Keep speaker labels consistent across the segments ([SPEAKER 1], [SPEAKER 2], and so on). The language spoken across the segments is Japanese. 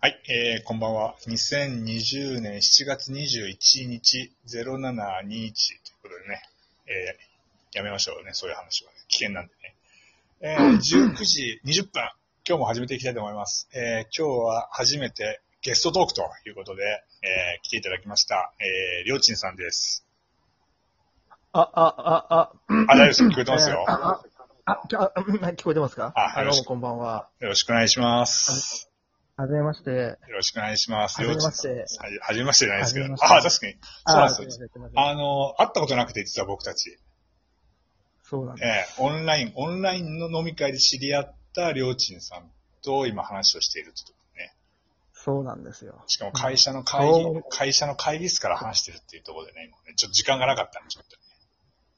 [SPEAKER 1] はい、えー、こんばんは。2020年7月21日0721ということでね、えー、やめましょうね、そういう話は、ね、危険なんでね。え ー、19時20分、今日も始めていきたいと思います。えー、今日は初めてゲストトークということで、えー、来ていただきました、えー、りょうちんさんです。
[SPEAKER 2] あ、あ、あ、
[SPEAKER 1] あ、大丈夫です。聞こえてますよ
[SPEAKER 2] え。ーああ、あ、ちょあうん聞こえてますか
[SPEAKER 1] あ
[SPEAKER 2] ど
[SPEAKER 1] よ
[SPEAKER 2] う
[SPEAKER 1] し
[SPEAKER 2] もこんばんは。
[SPEAKER 1] よろしくお願いします。
[SPEAKER 2] はじめまして。
[SPEAKER 1] よろしくお願いします。
[SPEAKER 2] はじめまし
[SPEAKER 1] りょ
[SPEAKER 2] て
[SPEAKER 1] うちんさん。はいはじめましてじゃないですけど。
[SPEAKER 2] はじめまして
[SPEAKER 1] ああ、確かに。そうなんですよ
[SPEAKER 2] あすいませんすいません
[SPEAKER 1] あの、会ったことなくて、実は僕たち。
[SPEAKER 2] そうなんです。
[SPEAKER 1] ええオンライン、オンラインの飲み会で知り合ったりょうちんさんと今話をしているってとこね。
[SPEAKER 2] そうなんですよ。
[SPEAKER 1] しかも会社の会議、
[SPEAKER 2] うん
[SPEAKER 1] 会社の会議室から話してるっていうところでね、今ね、ちょっと時間がなかったんで、ちょっと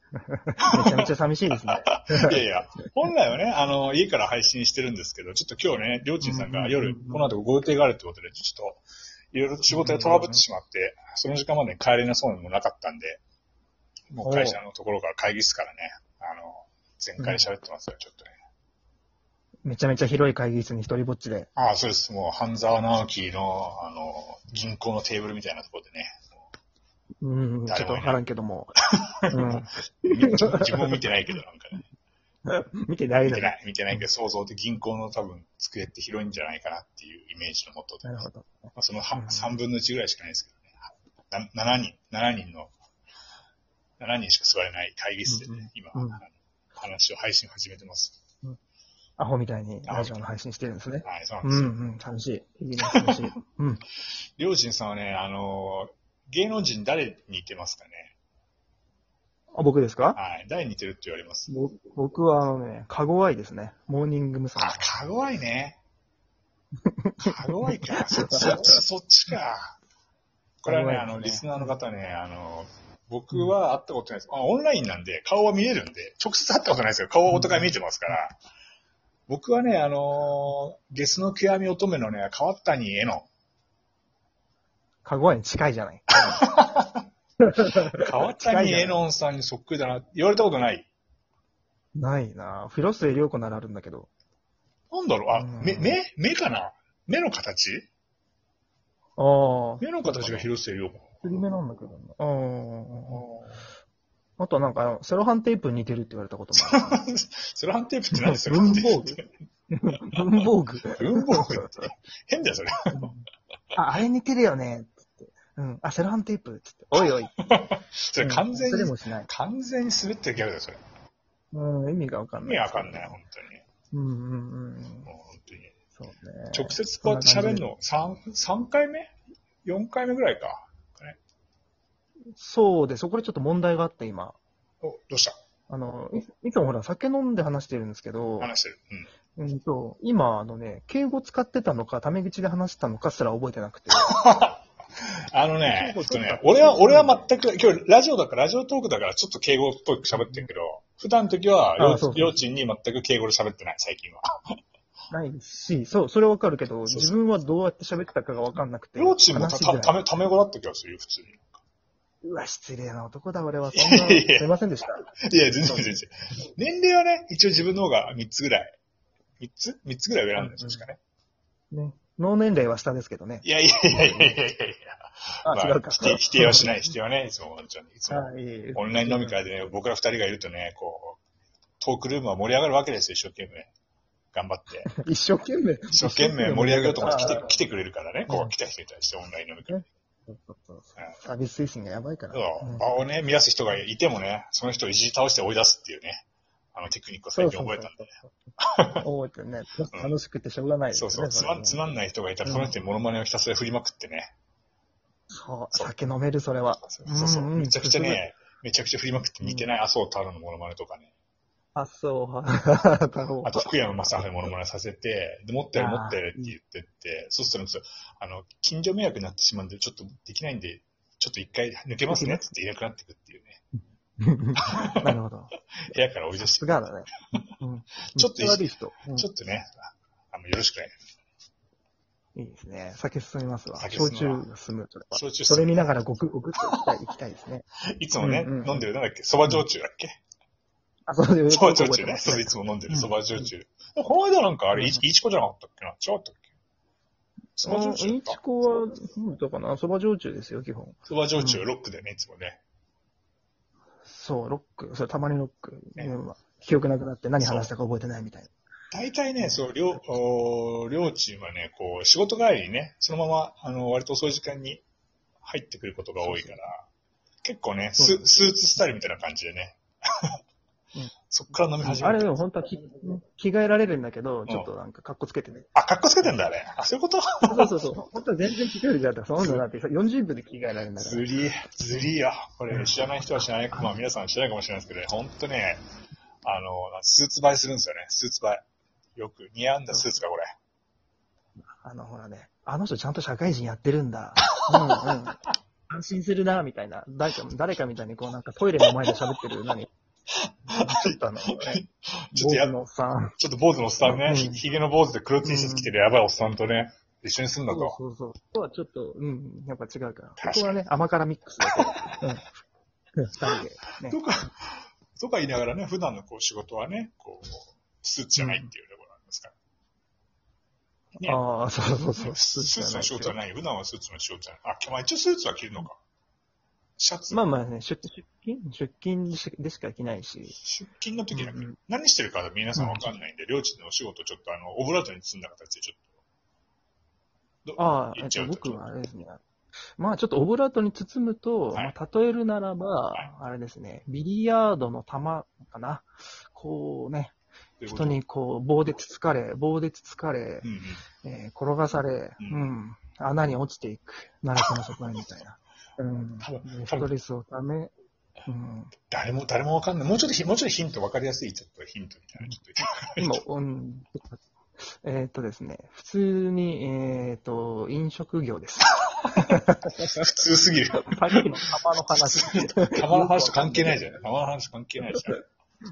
[SPEAKER 2] めちゃめちゃ寂しいで すね。
[SPEAKER 1] ね。いやいや、本来はね、あの、家から配信してるんですけど、ちょっと今日ね、りょうちんさんが夜
[SPEAKER 2] うんうんうん、
[SPEAKER 1] この後ご予定があるってことで、ちょっと、いろいろ仕事でトラブってしまって、その時間までに帰れなそうにもなかったんで、もう会社のところから会議室からね、あの、全開で喋ってますよ、ちょっとね。
[SPEAKER 2] めちゃめちゃ広い会議室に一人ぼっちで。
[SPEAKER 1] ああ、そうです。もう、半沢直樹の、あの、銀行のテーブルみたいなところで ね。
[SPEAKER 2] うん、ちょっとわからんけども。
[SPEAKER 1] みちょっと自分も見てないけど、なんかね。
[SPEAKER 2] うん、見てない
[SPEAKER 1] 見
[SPEAKER 2] の
[SPEAKER 1] て
[SPEAKER 2] に。
[SPEAKER 1] ない、見てないけど、想像で銀行の多分、机って広いんじゃないかなっていうイメージのもとで。
[SPEAKER 2] なる
[SPEAKER 1] ま
[SPEAKER 2] ほど。
[SPEAKER 1] あ、その半3分の1ぐらいしかないですけどね。な7人、7人の、7人しか座れない会議室で
[SPEAKER 2] うんう
[SPEAKER 1] ね
[SPEAKER 2] ん、
[SPEAKER 1] 今、
[SPEAKER 2] うん
[SPEAKER 1] あの話を配信始めてます。
[SPEAKER 2] アホみたいにラジオの配信してるんですね。
[SPEAKER 1] はい、そうなん
[SPEAKER 2] う
[SPEAKER 1] で
[SPEAKER 2] ん
[SPEAKER 1] すよ。
[SPEAKER 2] うん、寂しい。いいね、寂しい。うん。
[SPEAKER 1] りょうじんさんはね、あの、芸能人誰に似てますかね
[SPEAKER 2] あ、僕ですか
[SPEAKER 1] はい、誰に似てるって言われます
[SPEAKER 2] ぼ僕はあのね、かごわいですね。モーニング娘。
[SPEAKER 1] あ、かごわいね。かごわい か。そそっち、そっちか。これはね、
[SPEAKER 2] か
[SPEAKER 1] あ
[SPEAKER 2] ごわ
[SPEAKER 1] の、
[SPEAKER 2] い
[SPEAKER 1] リ
[SPEAKER 2] です
[SPEAKER 1] ス
[SPEAKER 2] ね
[SPEAKER 1] ナーの方ね、あの、僕は会ったことないです。あオンラインなんで、顔は見えるんで、直接会ったことないですけど、顔はお互い見えてますから。僕はね、あのゲスの極み乙女のね、川谷絵の、
[SPEAKER 2] かごわいに近いじゃない。
[SPEAKER 1] 川谷絵音さんにそっくりだな、言われたことない。
[SPEAKER 2] ないなフィロスエリョ子ならあるんだけど。
[SPEAKER 1] なんだろう、あ、
[SPEAKER 2] うん
[SPEAKER 1] 目、目目かな目の形
[SPEAKER 2] ああ。
[SPEAKER 1] 目の形が広瀬涼子。
[SPEAKER 2] 釣り目なんだけどな。うん。あとはなんかあの、セロハンテープに似てるって言われたこともあ
[SPEAKER 1] セロハンテープって何ですか
[SPEAKER 2] 文房具る。文房具。
[SPEAKER 1] 文房具って。変だよ、それ。
[SPEAKER 2] あ、あれ似てるよね。つってうん。あ、セロハンテープ。つって。おいおい。
[SPEAKER 1] それ完全
[SPEAKER 2] うん忘れ
[SPEAKER 1] に
[SPEAKER 2] も、しない。
[SPEAKER 1] 完全に滑ってるギャグだよ、それ。
[SPEAKER 2] うん、意味がわかん
[SPEAKER 1] 意
[SPEAKER 2] ない。
[SPEAKER 1] 味わかんない、本当に。
[SPEAKER 2] うんうんうん。
[SPEAKER 1] もう本当に。
[SPEAKER 2] そうね。
[SPEAKER 1] 直接こうやって喋るの、三三回目 ?4 回目ぐらいか。
[SPEAKER 2] そうです。これちょっと問題があって、今。
[SPEAKER 1] お、どうした
[SPEAKER 2] あの、いいつもほら、酒飲んで話してるんですけど、
[SPEAKER 1] 話してる。うん。
[SPEAKER 2] うんと、今、あのね、敬語使ってたのか、タメ口で話したのかすら覚えてなくて。
[SPEAKER 1] あのね、え
[SPEAKER 2] そう
[SPEAKER 1] っ
[SPEAKER 2] か
[SPEAKER 1] と
[SPEAKER 2] そうか
[SPEAKER 1] ね、俺は、俺は全く、今日ラジオだから、ラジオトークだから、ちょっと敬語っぽく喋ってるけど、普段の時は、
[SPEAKER 2] あそうそう
[SPEAKER 1] 両親に全く敬語で喋ってない、最近は。
[SPEAKER 2] ないし、そう、それわかるけど、
[SPEAKER 1] そうそう
[SPEAKER 2] 自分はどうやって喋ってたかがわかんなくて。
[SPEAKER 1] 両親もた
[SPEAKER 2] 話した
[SPEAKER 1] ため、ため語だった気がするよ、普通に。
[SPEAKER 2] うわ、失礼な男だ、俺は。そんな、
[SPEAKER 1] いやいや
[SPEAKER 2] すいませんでした。
[SPEAKER 1] いや、全然全然。年齢はね、一応自分の方が3つぐらい。3つ ?3 つぐらい上なんです
[SPEAKER 2] うん
[SPEAKER 1] 確かね。
[SPEAKER 2] ね。脳年齢は下ですけどね。
[SPEAKER 1] いやいやいやいやいやいや。
[SPEAKER 2] あ、
[SPEAKER 1] まあ
[SPEAKER 2] 違うか。
[SPEAKER 1] 否定否定はしない、否定はね、いつも、本当に。いつも。
[SPEAKER 2] はいいい
[SPEAKER 1] オンライン飲み会でね、僕ら2人がいるとね、こう、トークルームは盛り上がるわけですよ、一生懸命。頑張って。
[SPEAKER 2] 一生懸命。
[SPEAKER 1] 一生懸命盛り上げようと思って来て
[SPEAKER 2] あー
[SPEAKER 1] 来てくれるからね、こ
[SPEAKER 2] う
[SPEAKER 1] う、
[SPEAKER 2] ん
[SPEAKER 1] 来た人に対してオンライン飲み会。
[SPEAKER 2] そうそうそうサービス精神がやばいから。
[SPEAKER 1] そう
[SPEAKER 2] うん
[SPEAKER 1] 場をね、乱す人がいてもね、その人をいじり倒して追い出すっていうね、あのテクニックを最近覚えたんで。
[SPEAKER 2] そうそう覚えてね。楽しくてしょうがないです
[SPEAKER 1] そ
[SPEAKER 2] ね。
[SPEAKER 1] うそう、つまん、つまん
[SPEAKER 2] い。
[SPEAKER 1] ない人がいたら、その人にモノマネをひたすら振りまくってね。
[SPEAKER 2] そう、
[SPEAKER 1] そう
[SPEAKER 2] 酒飲める、それは。
[SPEAKER 1] そうそうそう。
[SPEAKER 2] うんうん
[SPEAKER 1] めちゃくちゃね、めちゃくちゃ振りまくって似てない麻生太郎のモノマネとかね。
[SPEAKER 2] あ、そう、 はだろう
[SPEAKER 1] あと福山雅治のモノマネさせて、で持ってる
[SPEAKER 2] あー
[SPEAKER 1] 持ってるって言ってって、そうするとちょっと、あの、近所迷惑になってしまうんで、ちょっとできないんで、ちょっと一回抜けますねっつっていなくなってくっていうね。
[SPEAKER 2] なるほど。
[SPEAKER 1] 部屋から追い出して
[SPEAKER 2] す、がだね。うん
[SPEAKER 1] ちょっと
[SPEAKER 2] めちゃ悪い人。うん
[SPEAKER 1] ちょっとね、あの、よろしくね。
[SPEAKER 2] いいですね。酒進みますわ。
[SPEAKER 1] 酒進む
[SPEAKER 2] 焼
[SPEAKER 1] わ
[SPEAKER 2] 酎が進む。それは
[SPEAKER 1] 焼酎進
[SPEAKER 2] そ
[SPEAKER 1] む
[SPEAKER 2] れ見ながらごくごくっと行きたい行きたいです ね。
[SPEAKER 1] いつもね、
[SPEAKER 2] うんうん
[SPEAKER 1] 飲んでる、なんだっけ、蕎麦焼酎だっけ
[SPEAKER 2] あ、そうです。
[SPEAKER 1] 蕎麦
[SPEAKER 2] よく
[SPEAKER 1] 焼
[SPEAKER 2] 覚
[SPEAKER 1] 酎
[SPEAKER 2] えて
[SPEAKER 1] ね。
[SPEAKER 2] ます
[SPEAKER 1] そう、いつも飲んでる蕎麦焼酎。この間なんかあれ、いいちこじゃなかったっけな違ったっけそば焼酎
[SPEAKER 2] あインチコは、飲んだかなそば焼酎ですよ、基本。
[SPEAKER 1] そば焼酎ロックだよね、いつもね。
[SPEAKER 2] そう、ロック。それたまにロック。
[SPEAKER 1] ね
[SPEAKER 2] うん記憶なくなって何話したか覚えてないみたいな。
[SPEAKER 1] 大体ね、そう、両、お両チームはね、こう、仕事帰りにね、そのまま、あの、割と遅い時間に入ってくることが多いから、結構ね
[SPEAKER 2] そう
[SPEAKER 1] ス、スーツスタイルみたいな感じでね
[SPEAKER 2] うん、
[SPEAKER 1] そっから飲み始め
[SPEAKER 2] あれ
[SPEAKER 1] る。
[SPEAKER 2] でも本当は着着替えられるんだけど、ちょっとなんか格好つけてね。
[SPEAKER 1] あ、格好つけてんだ、あれ。あ、そういうこと
[SPEAKER 2] そうそうそう。本当は全然着替えるじゃん。そんなのだって40分で着替えられるんだから。
[SPEAKER 1] ずり、ずりよ。これ、知らない人は知らない、まあ皆さん知らないかもしれないですけど、ね、ほんとね、あの、スーツ映えするんですよね、スーツ映え。よく似合うんだスーツが、これ。
[SPEAKER 2] あの、ほらね、あの人ちゃんと社会人やってるんだ。うんうん。安心するな、みたいな。誰か、誰かみたいにこうなんかトイレの前で喋ってる、何ちょっとあの、ね、
[SPEAKER 1] ちょっとや
[SPEAKER 2] 僕のおっさん。
[SPEAKER 1] ちょっと坊主のおっさんね、
[SPEAKER 2] うん
[SPEAKER 1] ひひげの坊主で黒 T シャツ着てるやばいおっさんとね、一緒にすんだ
[SPEAKER 2] そう
[SPEAKER 1] と。
[SPEAKER 2] そうそう。ここはちょっと、うん、やっぱ違うから。
[SPEAKER 1] かに
[SPEAKER 2] ここはね、甘辛ミックスだから。うん。うん二人で。ね
[SPEAKER 1] とか、とか言いながらね、普段のこう仕事はね、こう、スーツじゃないっていうところなんですから。ね
[SPEAKER 2] ああ、そうそうそう。
[SPEAKER 1] ススーツの仕事はない。普段はスーツの仕事じゃない。あ、まあ一応スーツは着るのか。シャツ。
[SPEAKER 2] まあまあね、出出勤出勤でしでしか着ないし。
[SPEAKER 1] 出勤の時だけ、
[SPEAKER 2] うんうん
[SPEAKER 1] 何してるか皆さんわかんないんで、両親のお仕事ちょっとあの、オブラートに包んだ形でちょっと。ど
[SPEAKER 2] ああ、え
[SPEAKER 1] 言
[SPEAKER 2] っ
[SPEAKER 1] っちゃ
[SPEAKER 2] と、
[SPEAKER 1] うと
[SPEAKER 2] 僕はあれですね。まあちょっとオブラートに包むと、
[SPEAKER 1] はい
[SPEAKER 2] まあ、例えるならば、
[SPEAKER 1] い
[SPEAKER 2] あれですね、ビリヤードの玉かな。こうね、
[SPEAKER 1] ということ
[SPEAKER 2] 人にこう棒でつつかれ、棒でつつかれ
[SPEAKER 1] う、んうん。
[SPEAKER 2] えー転がされ、
[SPEAKER 1] う
[SPEAKER 2] うんん、穴に落ちていく、奈良その職員みたい な。うん、
[SPEAKER 1] 多分
[SPEAKER 2] でストレスをため、 うん、
[SPEAKER 1] 誰も、誰もわかんない。もうちょっとひ、もうちょっとヒントわかりやすい、ちょっとヒントみたいな。ちょっと
[SPEAKER 2] 今、うん、えーっとですね、普通に、えーっと、飲食業 です。
[SPEAKER 1] 普通す ぎる。
[SPEAKER 2] さっきの玉の話。
[SPEAKER 1] 玉の話と関係ないじゃん。玉の話関係ないじゃん。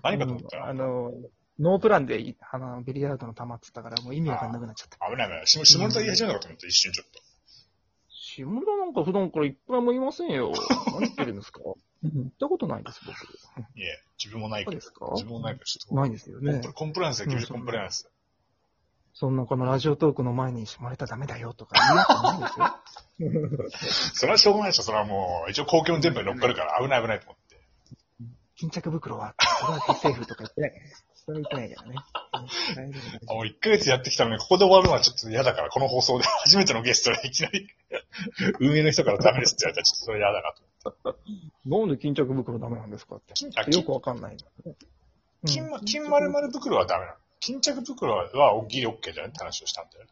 [SPEAKER 1] 何かと思った
[SPEAKER 2] うんあ
[SPEAKER 1] ら、
[SPEAKER 2] の、ノープランでい、あの、ビリヤードの玉っつったから、もう意味わかんなくなっちゃった。
[SPEAKER 1] 危ない危ない。下下ネタ言い始めたかと思った、一瞬ちょっと。
[SPEAKER 2] 下村なんか普段から一回も言いません よ。何言ってるんですか言ったことないです、僕。
[SPEAKER 1] いえ、自分もないか
[SPEAKER 2] そ
[SPEAKER 1] ら
[SPEAKER 2] うで。すか
[SPEAKER 1] 自分もないから、ちょっ
[SPEAKER 2] ないですよ
[SPEAKER 1] と。コン
[SPEAKER 2] ね
[SPEAKER 1] プ。コンプライアンスだ、厳しい
[SPEAKER 2] うん
[SPEAKER 1] コンプライアンス。
[SPEAKER 2] そんなこのラジオトークの前に下ネタダメだよとか言うわけないですよ。
[SPEAKER 1] それはしょうがないでしょ、それはもう。一応公共の電波に乗っかるから、危ない危ないと思って。
[SPEAKER 2] 巾着袋は、それは非政府とか言ってない。それは言ってないからね。うん大丈夫大丈
[SPEAKER 1] あ、
[SPEAKER 2] 夫
[SPEAKER 1] もう1ヶ月やってきたのに、ここで終わるのはちょっと嫌だから、この放送で 初めてのゲストでいきなり、 運営の人からダメですって言われたら、ちょっとそれ嫌だなと思って。
[SPEAKER 2] なんで巾着袋ダメなんですかって。
[SPEAKER 1] 金あ
[SPEAKER 2] よ
[SPEAKER 1] 金
[SPEAKER 2] くわかんない。
[SPEAKER 1] 金
[SPEAKER 2] う
[SPEAKER 1] ま
[SPEAKER 2] ん
[SPEAKER 1] 金丸々袋はダメなの。巾着袋はおギリオッケーじゃないって話をしたんだよ。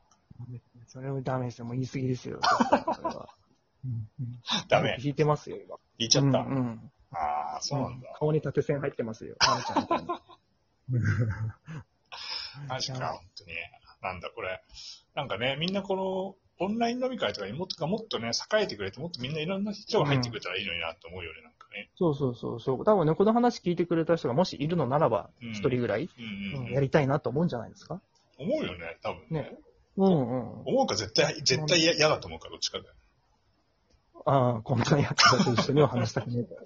[SPEAKER 2] それもダメですよ。もう言い過ぎですよ。それは
[SPEAKER 1] ダメ。
[SPEAKER 2] 引いてますよ、今。
[SPEAKER 1] 言っちゃった。
[SPEAKER 2] うんうん
[SPEAKER 1] ああ、そうなんだ。
[SPEAKER 2] 顔に縦線入ってますよ。あのちゃんみたいな
[SPEAKER 1] マジか、本当に。なんだこれ。なんかね、みんなこの、オンライン飲み会とかにもっともっとね、栄えてくれて、もっとみんないろんな人が入ってくれたらいいのになと思うよね、なんかね。
[SPEAKER 2] そうそうそうそう。多分ね、この話聞いてくれた人がもしいるのならば、
[SPEAKER 1] うん
[SPEAKER 2] 一人ぐらい、
[SPEAKER 1] うん
[SPEAKER 2] うん
[SPEAKER 1] うん、
[SPEAKER 2] やりたいなと思うんじゃないですか。
[SPEAKER 1] 思うよね、多分ね。
[SPEAKER 2] ねうんうん。
[SPEAKER 1] 思うか絶対、絶対嫌嫌だと思うから、どっちかだよ。
[SPEAKER 2] ああ、こんなやつだと一緒には話したくねえから。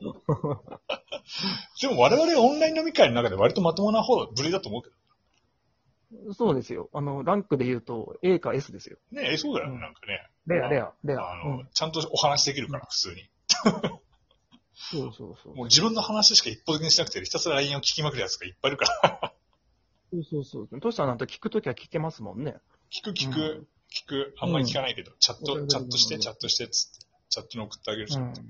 [SPEAKER 1] でも我々オンライン飲み会の中で割とまともな方、ぶりだと思うけど。
[SPEAKER 2] そうですよ。あの、ランクで言うと A か S ですよ。
[SPEAKER 1] ねえ、そうだよね、
[SPEAKER 2] うん
[SPEAKER 1] なんかね。
[SPEAKER 2] レア、レア、レア
[SPEAKER 1] あ。の、ちゃんとお話できるから、普通に。
[SPEAKER 2] そうそうそう。
[SPEAKER 1] もう自分の話しか一方的にしなくて、ひたすら LINE を聞きまくるやつがいっぱいいるから。
[SPEAKER 2] そうそうそう。トシさんなんて聞くときは聞けますもんね。
[SPEAKER 1] 聞く聞く、
[SPEAKER 2] う
[SPEAKER 1] 聞く、あんまり聞かないけど、チャッ
[SPEAKER 2] う
[SPEAKER 1] ト、
[SPEAKER 2] ん
[SPEAKER 1] チャットして、チャットして、っつって、チャットに送ってあげるじゃん。
[SPEAKER 2] そう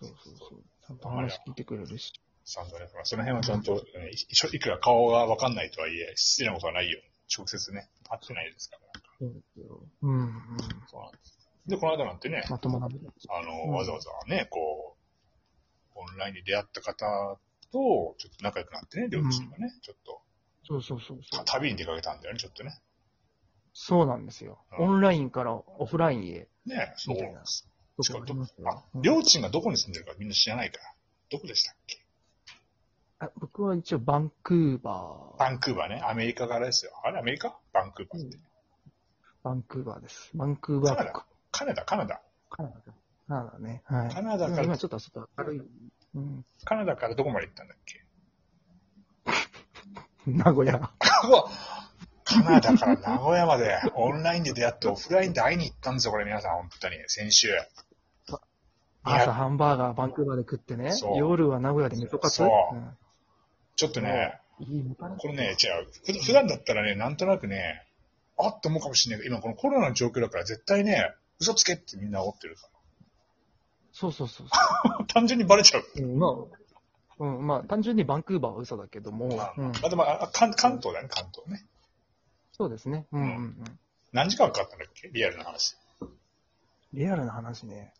[SPEAKER 2] そうそう。ちゃんと話聞いてくれるし。
[SPEAKER 1] サンドね、ほらその辺はちゃんと、ねいいいくら顔がわかんないとはいえ、失礼なことはないよ。直接ね、会ってないですから。
[SPEAKER 2] そうですよ。うんうん。
[SPEAKER 1] そうなんです。で、この間なんてね、
[SPEAKER 2] まともな。
[SPEAKER 1] あの、
[SPEAKER 2] うん
[SPEAKER 1] わざわざね、こう、オンラインで出会った方と、ちょっと仲良くなってね、両チームがね、ちょっ
[SPEAKER 2] そうそうそうそ
[SPEAKER 1] と
[SPEAKER 2] う、。
[SPEAKER 1] 旅に出かけたんだよね、ちょっとね。
[SPEAKER 2] そうなんですよ。
[SPEAKER 1] うん
[SPEAKER 2] オンラインからオフラインへ。
[SPEAKER 1] ね、そう
[SPEAKER 2] みたいな
[SPEAKER 1] しかも
[SPEAKER 2] どこもありますよ
[SPEAKER 1] あ
[SPEAKER 2] う、ん
[SPEAKER 1] 両親がどこに住んでるかみんな知らないから。どこでしたっけ
[SPEAKER 2] あ僕は一応バンクーバー。
[SPEAKER 1] バンクーバーね、アメリカからですよ。あれ、アメリカバンクーバーって。
[SPEAKER 2] バンクーバーです。バンクーバー国
[SPEAKER 1] カナダ、カナダ。
[SPEAKER 2] カナダ。カナダね。はい。
[SPEAKER 1] カナダから
[SPEAKER 2] 今ちょっとちょっと明るい。うん。
[SPEAKER 1] カナダからどこまで行ったんだっけ
[SPEAKER 2] 名古屋。
[SPEAKER 1] うわカナダから 名古屋までオンラインで出会ってオフラインで会いに行ったんですよ、これ皆さん、本当に。先週。
[SPEAKER 2] 朝ハンバーガー、バンクーバーで食ってね
[SPEAKER 1] そ、う
[SPEAKER 2] 夜は名古屋で味噌カツ
[SPEAKER 1] そう
[SPEAKER 2] うん
[SPEAKER 1] ちょっとね、
[SPEAKER 2] いいもたな
[SPEAKER 1] これね、違う。ふ普段だったらね、なんとなくね、あっと思うかもしれないけど、今このコロナの状況だから絶対ね、嘘つけってみんな思ってるか
[SPEAKER 2] そうそうそう
[SPEAKER 1] ら。 単純にバレちゃう。
[SPEAKER 2] そう、うん。まあ、うん、まあ、単純にバンクーバーは嘘だけども、
[SPEAKER 1] まあ、
[SPEAKER 2] うん、
[SPEAKER 1] でもあ関関東だね、関東ね。
[SPEAKER 2] そうですね。うんうんうん。
[SPEAKER 1] 何時間かかったんだっけリアルな話。
[SPEAKER 2] リアルな話ね、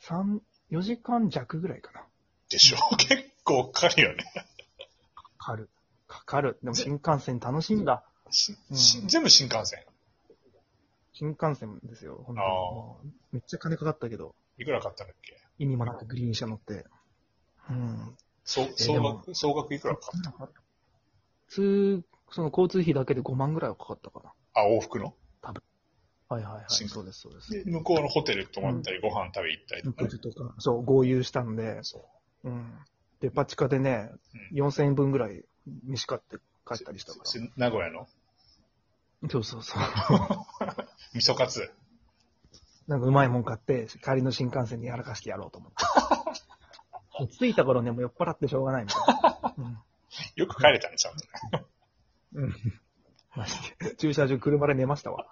[SPEAKER 2] 三4時間弱ぐらいかな。か
[SPEAKER 1] でしょ結構かかるよね。
[SPEAKER 2] かる。かかる。でも新幹線楽しみだ。
[SPEAKER 1] し
[SPEAKER 2] うん
[SPEAKER 1] し全部新幹線。
[SPEAKER 2] 新幹線ですよ、本当に
[SPEAKER 1] あー
[SPEAKER 2] もう。めっちゃ金かかったけど、
[SPEAKER 1] いくらかかったんだっけ
[SPEAKER 2] 意味もなくグリーン車乗って。うん。
[SPEAKER 1] 総
[SPEAKER 2] で
[SPEAKER 1] 総
[SPEAKER 2] も
[SPEAKER 1] 額、総額いくらかかっ
[SPEAKER 2] 普通、その交通費だけで5万ぐらいはかかったかな。
[SPEAKER 1] たあ、往復の
[SPEAKER 2] はいはいはい。
[SPEAKER 1] 新幹線
[SPEAKER 2] そうです、そうです。
[SPEAKER 1] で、向こうのホテル泊まったり、ご飯食べ行ったりとか、ね
[SPEAKER 2] 食事とか、そう、合流したんで、
[SPEAKER 1] そう。
[SPEAKER 2] うん。デパ地下でね、4000円分ぐらい飯買って帰ったりしたから。
[SPEAKER 1] し名古屋の
[SPEAKER 2] そうそう そう。
[SPEAKER 1] 味噌カツ。
[SPEAKER 2] なんかうまいもん買って、帰りの新幹線にやらかしてやろうと 思って。着いた頃ね、もう酔っ払ってしょうがないみたいな。うん
[SPEAKER 1] よく帰れたね、ちゃんとね。
[SPEAKER 2] うん。マジで。駐車場車で寝ましたわ。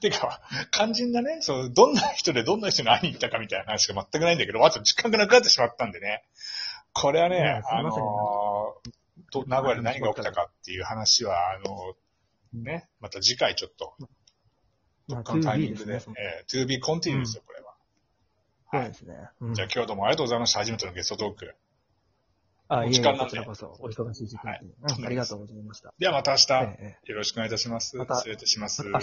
[SPEAKER 1] てか、肝心なね、そう、どんな人でどんな人に会いに行ったかみたいな話が全くないんだけど、あと時間がなくなってしまったんでね。これはね、
[SPEAKER 2] いやす
[SPEAKER 1] あ
[SPEAKER 2] いま
[SPEAKER 1] の
[SPEAKER 2] せん
[SPEAKER 1] ーと、名古屋で何が起きたかっていう話は、あのーね、また次回ちょっと、
[SPEAKER 2] まあ、
[SPEAKER 1] このタイミ
[SPEAKER 2] 2B
[SPEAKER 1] ン
[SPEAKER 2] で
[SPEAKER 1] グ
[SPEAKER 2] す
[SPEAKER 1] で、
[SPEAKER 2] ね。
[SPEAKER 1] えー、to be continued ですよ、これは。
[SPEAKER 2] そうですね。うん
[SPEAKER 1] じゃあ今日どうもありがとうございました。初めてのゲストトーク。
[SPEAKER 2] あ、いえい
[SPEAKER 1] 時
[SPEAKER 2] え、
[SPEAKER 1] 間なんで
[SPEAKER 2] こちらこそ、お忙しい時間に、
[SPEAKER 1] はい
[SPEAKER 2] うんありがとうございました。
[SPEAKER 1] ではまた明日、
[SPEAKER 2] ええ
[SPEAKER 1] よろしくお願いいたします。
[SPEAKER 2] また
[SPEAKER 1] 失礼いたします。
[SPEAKER 2] また